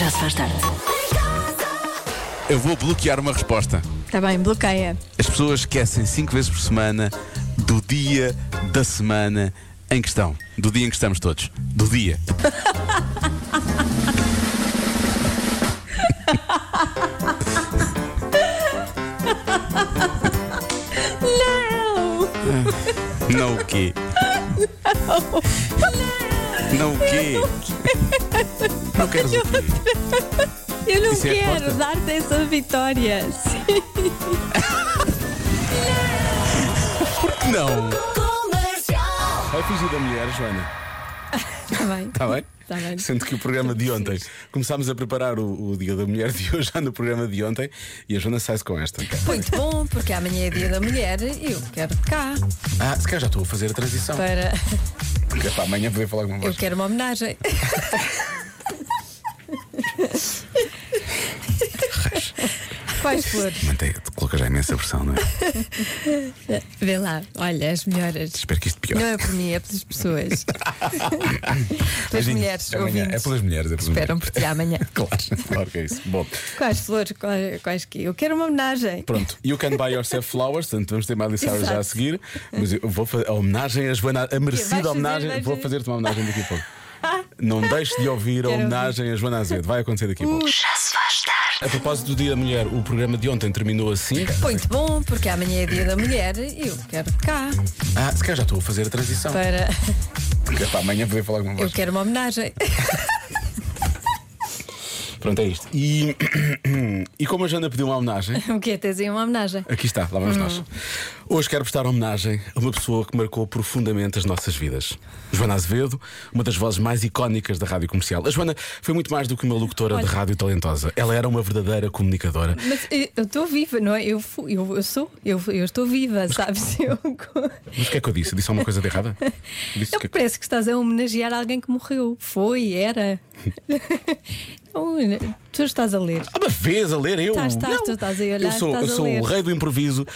Já se faz tarde. Eu vou bloquear uma resposta. Está Tá bem, bloqueia. As pessoas esquecem cinco vezes por semana do dia da semana em questão. Do dia em que estamos todos. Do dia. Não! Não o quê? Não o quê? Não queres o quê? Eu não Isso é a quero resposta? dar-te essa vitória. Sim. Não. Vai fingir da mulher, Joana. Está bem. Está Tá. bem? Está bem. Sendo que o programa de ontem começámos a preparar o, o Dia da Mulher de hoje, já no programa de ontem, e a Joana sai-se com esta. Muito bom, porque amanhã é dia da mulher e eu quero cá Ah, se calhar já estou a fazer a transição. para. Porque é para amanhã poder falar com Eu voz. quero uma homenagem. Quais flores? Manteiga, te coloca já imensa pressão, não é? Vê lá, olha, as melhoras. Espero que isto piore. Não é por mim, é pelas pessoas. pelas Beijinhos. mulheres. Até amanhã. ouvintes. É pelas mulheres, é pelas Esperam mulheres. por ti amanhã. Claro, claro que é isso. Bom, Quais flores? Quais, quais que? Eu quero uma homenagem. pronto. You can buy yourself flowers. Portanto, vamos ter Miley Cyrus já a Exato. seguir. Mas eu vou fazer a homenagem a Joana, a Vais merecida fazer, homenagem. vais Vou fazer. fazer-te uma homenagem daqui a pouco. Não deixe de ouvir a Quero homenagem a Joana Azevedo. Vai acontecer daqui a pouco. Já se faz tarde. A propósito do Dia da Mulher, o programa de ontem terminou assim. Muito bom, porque amanhã é dia da mulher e eu quero cá Ah, se calhar já estou a fazer a transição. para. Porque é para amanhã poder falar com Eu voz. quero uma homenagem. Pronto, é isto. E, e como a Joana pediu uma homenagem, O que é tens aí uma homenagem? Aqui está, lá vamos nós. Hoje quero prestar homenagem a uma pessoa que marcou profundamente as nossas vidas. Joana Azevedo, uma das vozes mais icónicas da rádio comercial. A Joana foi muito mais do que uma locutora de rádio talentosa. Ela era uma verdadeira comunicadora. Mas eh, eu estou viva, não é? Eu, fu- eu, eu sou, eu, eu estou viva, sabes? Eu, Mas o que é que eu disse? Eu Disse alguma coisa de errada? Eu Disse Não, que... parece que estás a homenagear alguém que morreu. Foi, era. Não, tu estás a ler. Ah, mas vês a ler eu. Estás, estás, tu estás aí a olhar, eu sou, estás eu a sou ler. o rei do improviso,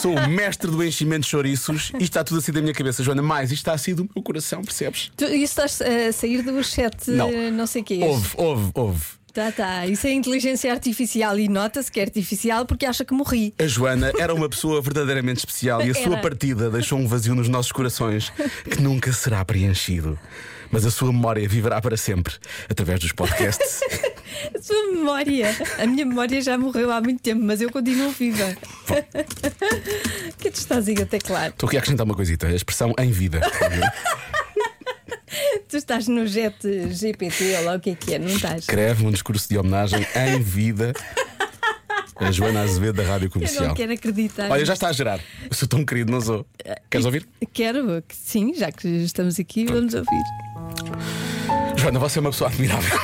sou o mestre do enchimento de chouriços. Isto está tudo assim da minha cabeça, Joana. Mais, isto está assim do meu coração, percebes? Tu, isso estás a sair do chat, eh, não, sei o quê. Houve, houve, houve. Tá, tá. Isso é inteligência artificial e nota-se que é artificial porque acha que morri. A Joana era uma pessoa verdadeiramente especial e a sua Era. partida deixou um vazio nos nossos corações que nunca será preenchido. Mas a sua memória viverá para sempre através dos podcasts. A sua memória. A minha memória já morreu há muito tempo, mas eu continuo viva. que tu estás aí até claro. Estou aqui a acrescentar uma coisita, a expressão em vida. Tu estás no jet GPT, ou lá o que é que é, não estás? Escreve um discurso de homenagem em vida a Joana Azevedo da Eu Rádio não Comercial. quero acreditar. Olha, já está a gerar. Eu sou tão querido, não sou. Queres ouvir? Quero que sim, já que estamos aqui, vamos ouvir. Joana, você é uma pessoa admirável.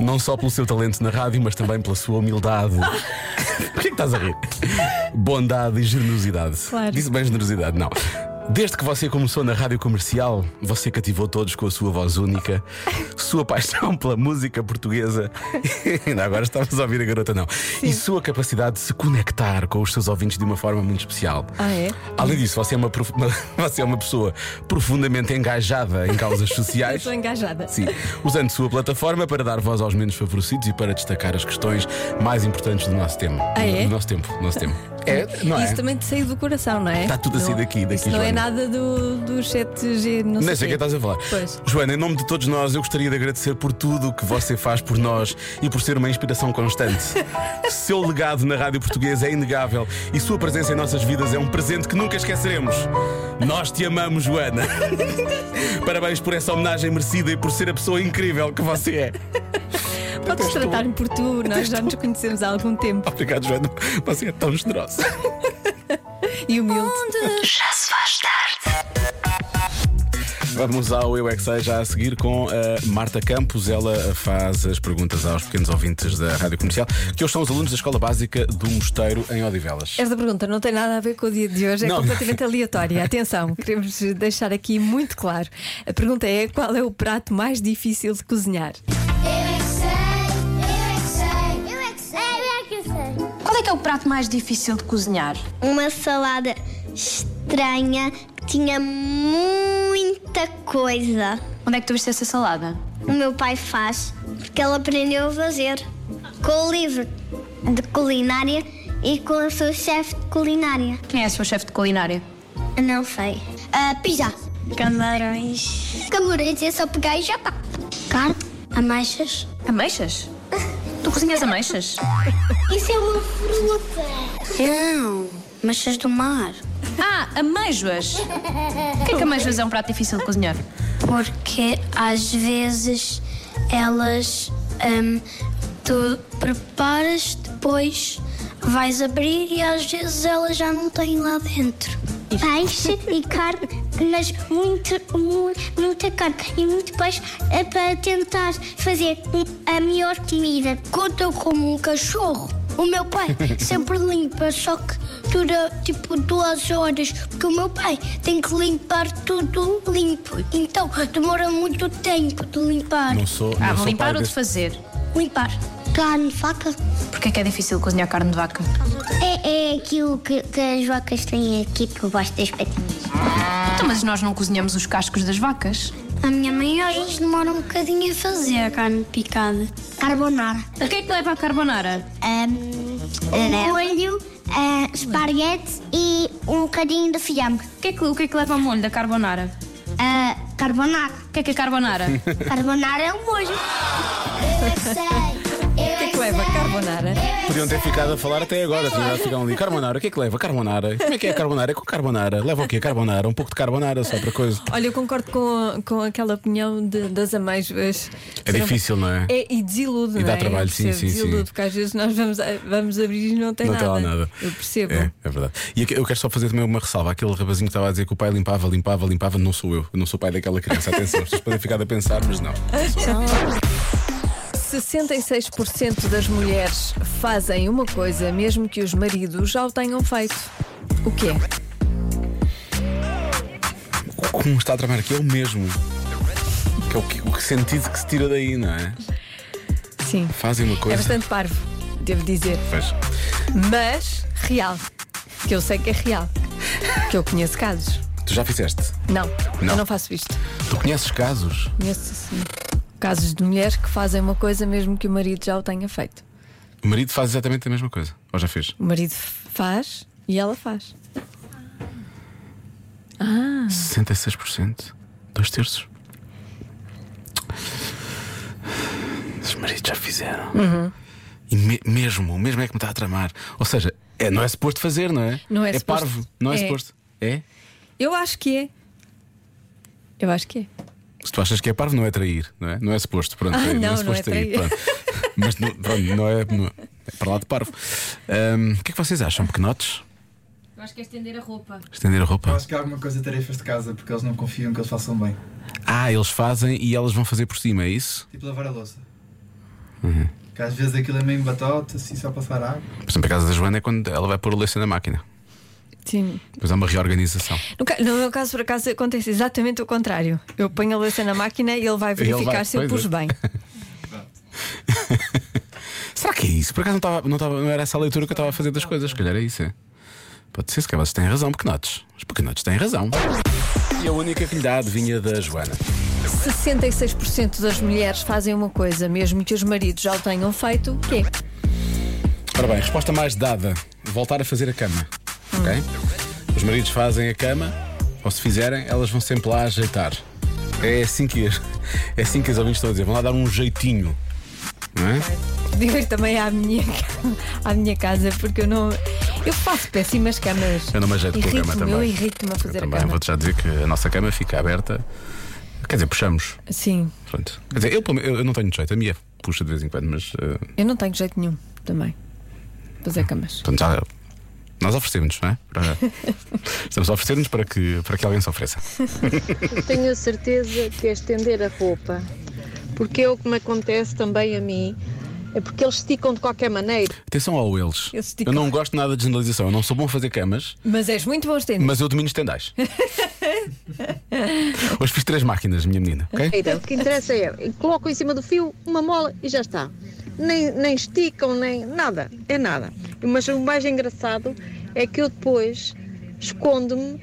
Não só pelo seu talento na rádio, mas também pela sua humildade. Por que estás a rir? Bondade e generosidade. Claro. Disse bem generosidade, não. Desde que você começou na rádio comercial, você cativou todos com a sua voz única, sua paixão pela música portuguesa. Ainda agora estávamos a ouvir a garota, não. E sua capacidade de se conectar com os seus ouvintes de uma forma muito especial. Ah, é? Além disso, você é uma, prof- uma- você é uma pessoa profundamente engajada em causas Eu sociais. estou engajada. É. Sim, usando sua plataforma para dar voz aos menos favorecidos e para destacar as questões mais importantes do nosso tempo. Ah, é? Do nosso tempo, do nosso tempo. É, não é? Isso também te saiu do coração, não é? Está tudo a sair Não- daqui, daqui, Isso não é Joana. nada do, do chat G, não sei. Não sei o que estás a falar. Pois. Joana, em nome de todos nós, eu gostaria de agradecer por tudo o que você faz por nós e por ser uma inspiração constante. Seu legado na rádio portuguesa é inegável e sua presença em nossas vidas é um presente que nunca esqueceremos. Nós te amamos, Joana. Parabéns por essa homenagem merecida e por ser a pessoa incrível que você é. Podes tratar-me por tu, nós já nos conhecemos há algum tempo. Obrigado, Joana. Você é tão generosa. E humilde. Já se faz tarde. Vamos ao Eu é Que Sei, já a seguir com a Marta Campos. Ela faz as perguntas aos pequenos ouvintes da Rádio Comercial, que hoje são os alunos da Escola Básica do Mosteiro em Odivelas. Esta pergunta não tem nada a ver com o dia de hoje, é Não. completamente aleatória. Atenção, queremos deixar aqui muito claro. A pergunta é: qual é o prato mais difícil de cozinhar? Eu é que sei, eu é que sei, eu é que sei, eu é que sei. Qual é que é o prato mais difícil de cozinhar? Uma salada estranha que tinha muita coisa Onde é que tu viste essa salada? o meu pai faz, porque ele aprendeu a fazer. Com o livro de culinária e com o seu chefe de culinária. Quem é o seu chefe de culinária? Não sei. Uh, pizza. Camarões. Camarões é só pegar e já tá. Carne, ameixas. Ameixas? Tu cozinhas ameixas? Isso é uma fruta. Não, ameixas do mar. Ah, ameijoas! Porquê que ameijoas é um prato difícil de cozinhar? Porque às vezes elas hum, tu preparas, depois vais abrir e às vezes elas já não têm lá dentro. Peixe e carne, mas muito, muita carne e muito peixe é para tentar fazer a melhor comida. Conta como um cachorro. O meu pai sempre limpa, só que dura tipo duas horas, porque o meu pai tem que limpar tudo limpo. Então demora muito tempo de limpar. Não sou. Ah, não de sou limpar pai ou de deste- fazer? Limpar. Carne, faca. Porquê que é difícil cozinhar carne de vaca? É, é aquilo que, que as vacas têm aqui por baixo das patinhas. Então, mas nós não cozinhamos os cascos das vacas? A minha mãe às vezes demora um bocadinho a fazer a carne picada. Carbonara. Um O que é que leva a carbonara? Hum, molho, esparguete e um bocadinho de fiambre. O que, é que, o que é que leva ao molho da carbonara? Ah, carbonara. O que é que é carbonara? O Carbonara é o molho. Eu é que sei. Eu que é que leva a carbonara? Podiam ter ficado a falar até agora, tinham já ficado ali. Carbonara, o que é que leva? Carbonara. Como é que é carbonara? É com carbonara. Leva o quê? Carbonara. Um pouco de carbonara, só para coisa. Olha, eu concordo com, com aquela opinião de- das amêijoas. É difícil, não é? É, e desilude, E não dá é? trabalho, Eu sim, percebo, sim, sim. Desilude, porque às vezes nós vamos, a- vamos abrir e não tem Não tem nada. lá nada. Eu percebo. É, é verdade. E aqui- eu quero só fazer também uma ressalva. Aquele rapazinho que estava a dizer que o pai limpava, limpava, limpava, não sou eu. Eu não sou pai daquela criança. Atenção, vocês podem ficar a pensar, mas não. 66% das mulheres fazem uma coisa mesmo que os maridos já o tenham feito. O quê? Como está a tramar aqui é o mesmo. Que é o, que, o que sentido que se tira daí, não é? Sim. Fazem uma É coisa. bastante parvo, devo dizer. Faz. Mas real. Que eu sei que é real. Que eu conheço casos. Tu já fizeste? Não, Não. eu não faço isto. Tu conheces casos? Conheço sim, casos de mulheres que fazem uma coisa mesmo que o marido já o tenha feito. O marido faz exatamente a mesma coisa. Ou já fez? O marido f- faz e ela faz. 66%. Dois terços. Os maridos já fizeram. Uhum. E me- mesmo, o mesmo é que me está a tramar. Ou seja, é, não é suposto fazer, não é? Não é é suposto. parvo, não é, É. suposto. É? Eu acho que é. Eu acho que é. Se tu achas que é parvo, não é trair, não é? Não é suposto, pronto. Ah, é, não, não é suposto trair. pronto. Mas não, pronto, não é. não- é para lá de parvo. Ahm, o que é que vocês acham? Pequenotes? Eu acho que é estender a roupa. Estender a roupa? Eu acho que há alguma coisa de tarefas de casa porque eles não confiam que eles façam bem. Ah, eles fazem e elas vão fazer por cima, é isso? Tipo lavar a louça. Uhum. Que às vezes aquilo é meio batota, assim só passar água. Por exemplo, a casa da Joana é quando ela vai pôr o leite na máquina. Sim. Depois há uma reorganização. No, ca- no meu caso, por acaso, acontece exatamente o contrário. Eu ponho a louça na máquina e ele vai Ele vai- verificar se eu pois pus é. bem. Será que é isso? Por acaso não, estava- não, estava- não era essa a leitura que eu estava a fazer das coisas? Se calhar é isso, é. Pode ser, se calhar vocês têm razão, pequenotes. Os pequenotes têm razão. E a única que lhe dá a adivinha da Joana. 66% das mulheres fazem uma coisa mesmo que os maridos já o tenham feito. é O quê? Ora bem, resposta mais dada: voltar a fazer a cama. Ok? Os maridos fazem a cama, ou se fizerem, elas vão sempre lá ajeitar. É assim que as, é assim que as ouvintes estão a dizer: vão lá dar um jeitinho. Não é? Digo isto também à minha, à minha casa, porque eu não. Eu faço péssimas camas. Eu não me ajeito com a cama Irrito-me, Eu também. irrito-me a fazer a Eu também cama. vou-te já dizer que a nossa cama fica aberta. Quer dizer, puxamos. Sim, Pronto. Quer dizer, eu, pelo menos- eu- eu não tenho jeito, a minha puxa de vez em quando, mas. eh, eu não tenho jeito nenhum também. Fazer camas. portanto, já- nós oferecemos, não é? Para- estamos a oferecer-nos para que, para que alguém se ofereça. Tenho a certeza que é estender a roupa. Porque é o que me acontece também a mim. É porque eles esticam de qualquer maneira. Atenção ao eles. Eles esticam. Eu não gosto nada de generalização. Eu não sou bom a fazer camas, Mas és muito bom estender. mas eu domino estendais. Hoje fiz três máquinas, minha menina, ok? O que interessa é, colocam em cima do fio uma mola e já está. Nem, nem esticam, nem nada. É nada. Mas o mais engraçado é que eu depois escondo-me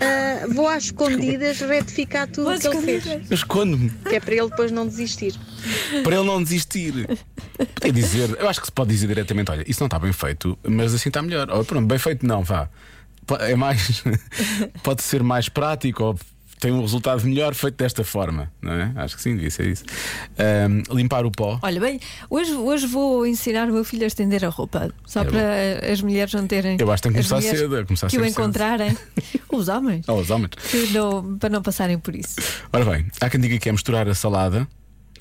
ah, vou às escondidas retificar tudo o que ele fez. Eu escondo-me. Que é para ele depois não desistir. Para ele não desistir. Podia dizer, eu acho que se pode dizer diretamente: olha, isso não está bem feito, mas assim está melhor. Ou, pronto, bem feito não, vá. Po- É mais. pode ser mais prático ou tem um resultado melhor feito desta forma, não é? Acho que sim, devia ser isso. Ahm, limpar o pó. Olha, bem, hoje, hoje vou ensinar o meu filho a estender a roupa. Só É para as mulheres não terem. Eu acho que tem que as começar mulheres cedo, a começar Que o cedo, cedo. encontrarem. Os homens. Ou Oh, os homens. que não- para não passarem por isso. Ora bem, há quem diga que é misturar a salada.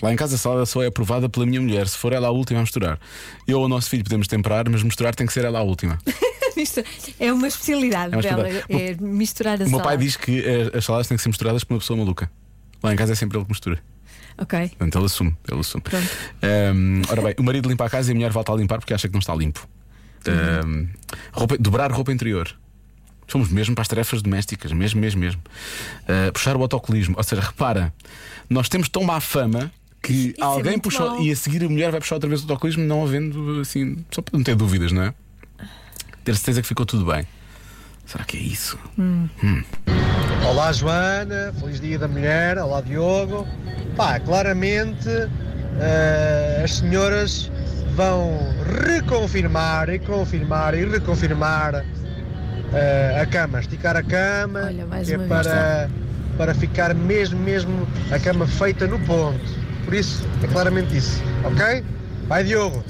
Lá em casa a salada só é aprovada pela minha mulher, se for ela a última a misturar. Eu ou o nosso filho podemos temperar, mas misturar tem que ser ela a última. Isto é uma especialidade É uma dela, é especialidade. misturar a O meu salada. pai diz que eh, as saladas têm que ser misturadas por uma pessoa maluca. Lá em casa é sempre ele que mistura. Ok. Portanto, ele assume. Ele assume. Pronto. Ahm, ora bem, o marido limpa a casa e a mulher volta a limpar porque acha que não está limpo. Ahm, roupa- dobrar roupa interior. Somos mesmo para as tarefas domésticas, mesmo, mesmo, mesmo. Ah, puxar o autocolismo. Ou seja, repara, nós temos tão má fama que é alguém muito puxou mau. e a seguir a mulher vai puxar outra vez o autocolismo, não havendo assim, só para não ter dúvidas, não é? Ter certeza que ficou tudo bem. Será que é isso? Olá Joana, feliz dia da mulher, olá Diogo. Pá, claramente eh, as senhoras vão reconfirmar e confirmar e reconfirmar eh, a cama, esticar a cama, Olha, mais que é uma vez. para, para ficar mesmo, mesmo a cama feita no ponto. Por isso, é claramente isso, ok? Vai Diogo.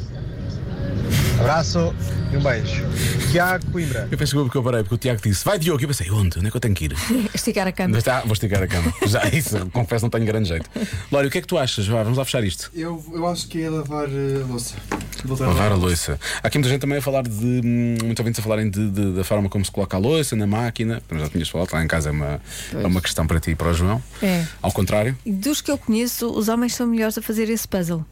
Abraço e um beijo. Tiago Coimbra. Eu penso que porque eu parei, porque o Tiago disse: Vai Diogo, eu pensei, onde? Onde é que eu tenho que ir? Esticar a cama. Mas, ah, vou esticar a cama. Já, isso, confesso, não tenho grande jeito. Lório, o que é que tu achas? Vá, vamos lá fechar isto. Eu, eu acho que é lavar eh, a louça. Voltar a Lavar a louça. Há aqui muita gente também a falar de. hum, Muito ouvintes a falarem de, de- da forma como se coloca a louça na máquina. Como já tinhas falado, lá em casa é uma, é uma questão para ti e para o João. É. Ao contrário. E Dos que eu conheço, os homens são melhores a fazer esse puzzle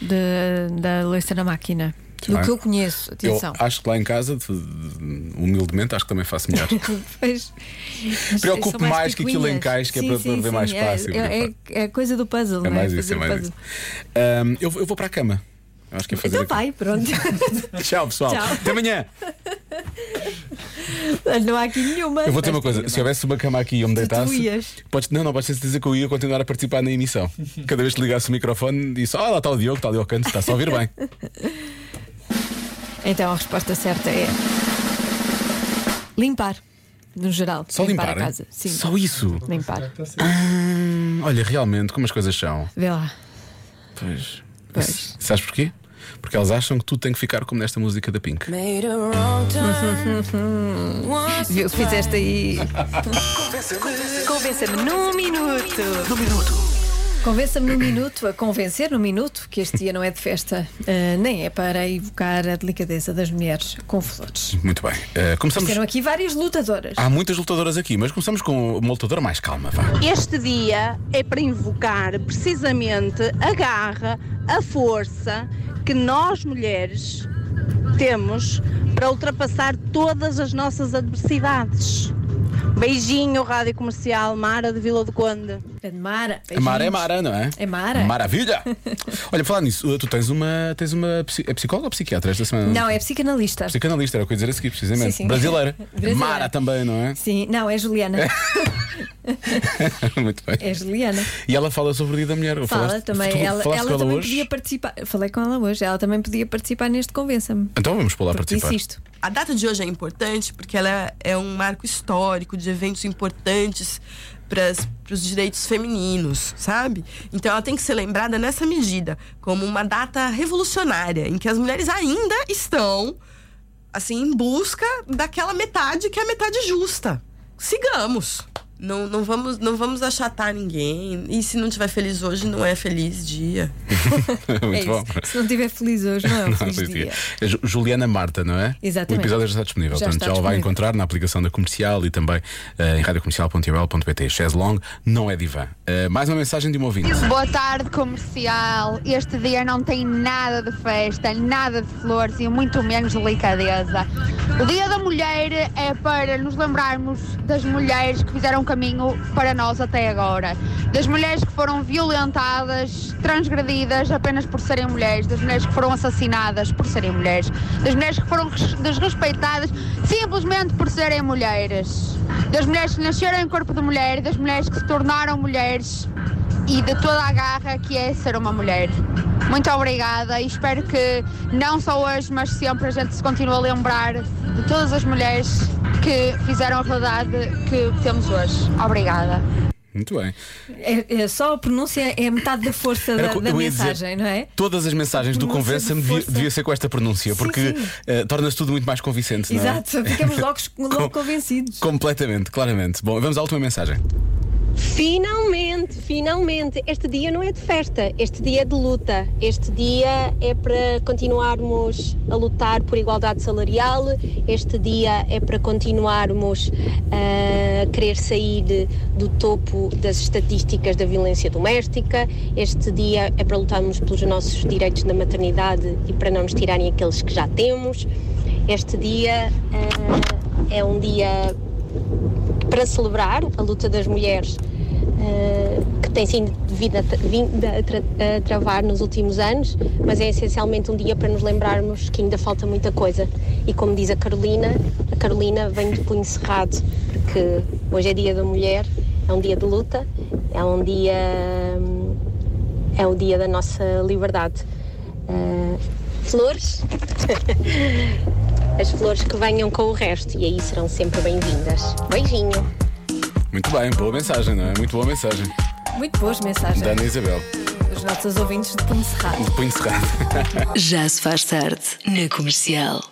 de- da louça na máquina. Do bem. que eu conheço, Eu Ah. atenção. acho que lá em casa, de- de- humildemente, acho que também faço melhor. É Pois. Mas Preocupe são mais que aquilo picuinhas. encaixe, que é Sim, para- sim, para ver sim, mais é- fácil. É, é, é coisa do puzzle, É não é? mais isso, Fazer é o mais isso. puzzle. Hum, eu, vou- eu vou para a cama. Eu Acho que é fazer Então aquilo. vai, pronto. Tchau, pessoal. Tchau. Até amanhã. não há aqui nenhuma. Eu vou ter uma coisa: se houvesse uma cama aqui e eu me Tu- tu deitasse. ias. podes- não, não, podes dizer que eu ia continuar a participar na emissão. Cada vez que ligasse o microfone, disse: Ah, lá está o Diogo, está ali ao canto, está só a ouvir bem. Então a resposta certa é limpar, no geral. Só limpar, a hein? casa. Sim. Só isso. Limpar. Hum, Olha, realmente, como as coisas são. Vê lá. Pois. Pois. Sabes porquê? Porque elas acham que tudo tem que ficar como nesta música da Pink. Viu, fizeste aí. Convença-me num minuto. Num minuto. Convença-me num minuto, a convencer num minuto, que este dia não é de festa, eh, nem é para evocar a delicadeza das mulheres com flores. Muito bem. Eh, começamos. Apareceram aqui várias lutadoras. Há muitas lutadoras aqui, mas começamos com uma lutadora mais calma, vá. Este dia é para invocar precisamente a garra, a força que nós mulheres temos para ultrapassar todas as nossas adversidades. Beijinho, Rádio Comercial Mara de Vila do Conde. Grande Mara. A Mara é beijinhos. Mara, não é? É Mara. Maravilha! Olha, falar nisso, tu tens uma. Tens uma psi- é psicóloga ou psiquiatra esta semana? Não, é psicanalista. Psicanalista, era o que eu ia dizer a seguir, precisamente. Sim, sim. Brasileira. Brasileira. Mara também, não é? Sim, não, é Juliana. Muito bem. É Juliana. E ela fala sobre o dia da mulher. ou Fala falaste- também. tu ela falaste ela com também hoje? podia participar. Falei com ela hoje. Ela também podia participar neste Convença-me. Então vamos pôr lá Porque participar. Disse isto. A data de hoje é importante porque ela é um marco histórico de eventos importantes para os direitos femininos, sabe? Então ela tem que ser lembrada nessa medida, como uma data revolucionária, em que as mulheres ainda estão, assim, em busca daquela metade que é a metade justa. Sigamos! Não, não, vamos, não vamos achatar ninguém. E se não tiver feliz hoje, não é feliz dia. Muito É bom. isso. Se não estiver feliz hoje, não é um Não, feliz feliz dia. dia. É Ju- Juliana Marta, não é? Exatamente. O episódio já está disponível. Já portanto, está já o vai disponível. encontrar na aplicação da comercial e também eh, em radiocomercial.ol.pt. Chaz Long não é divã. Eh, mais uma mensagem de um ouvinte. Boa tarde, comercial. Este dia não tem nada de festa, nada de flores e muito menos delicadeza. O Dia da Mulher é para nos lembrarmos das mulheres que fizeram caminho para nós até agora. Das mulheres que foram violentadas, transgredidas apenas por serem mulheres, das mulheres que foram assassinadas por serem mulheres, das mulheres que foram res- desrespeitadas simplesmente por serem mulheres. das mulheres que nasceram em corpo de mulher, das mulheres que se tornaram mulheres e de toda a garra que é ser uma mulher. Muito obrigada e espero que não só hoje, mas sempre a gente se continue a lembrar de todas as mulheres que fizeram a verdade que temos hoje. Obrigada. Muito bem. É, é só a pronúncia é metade da força Era da, co- da eu ia dizer, mensagem, não é? Todas as mensagens do Pronúncia de Convença devia, força. devia ser com esta pronúncia, porque sim. eh, torna-se tudo muito mais convincente, não é? Exato, ficamos logo, logo Com- convencidos. Completamente, claramente. Bom, vamos à última mensagem. Finalmente, finalmente, este dia não é de festa, este dia é de luta. Este dia é para continuarmos a lutar por igualdade salarial, este dia é para continuarmos ah, a querer sair de- do topo das estatísticas da violência doméstica, este dia é para lutarmos pelos nossos direitos da maternidade e para não nos tirarem aqueles que já temos. Este dia ah, é um dia para celebrar a luta das mulheres eh, que tem sido vindo a, tra- vindo a tra- a travar nos últimos anos, mas é essencialmente um dia para nos lembrarmos que ainda falta muita coisa. E como diz a Carolina, a Carolina vem de punho cerrado, porque hoje é dia da mulher, é um dia de luta, é um dia hum, é o dia da nossa liberdade. Eh, flores, as flores que venham com o resto e aí serão sempre bem-vindas. Beijinho! Muito bem, boa mensagem, não é? Muito boa mensagem. Muito boas mensagens Da Ana Isabel. um dos nossos ouvintes de Punho Cerrado. De punho cerrado. Já se faz tarde na comercial.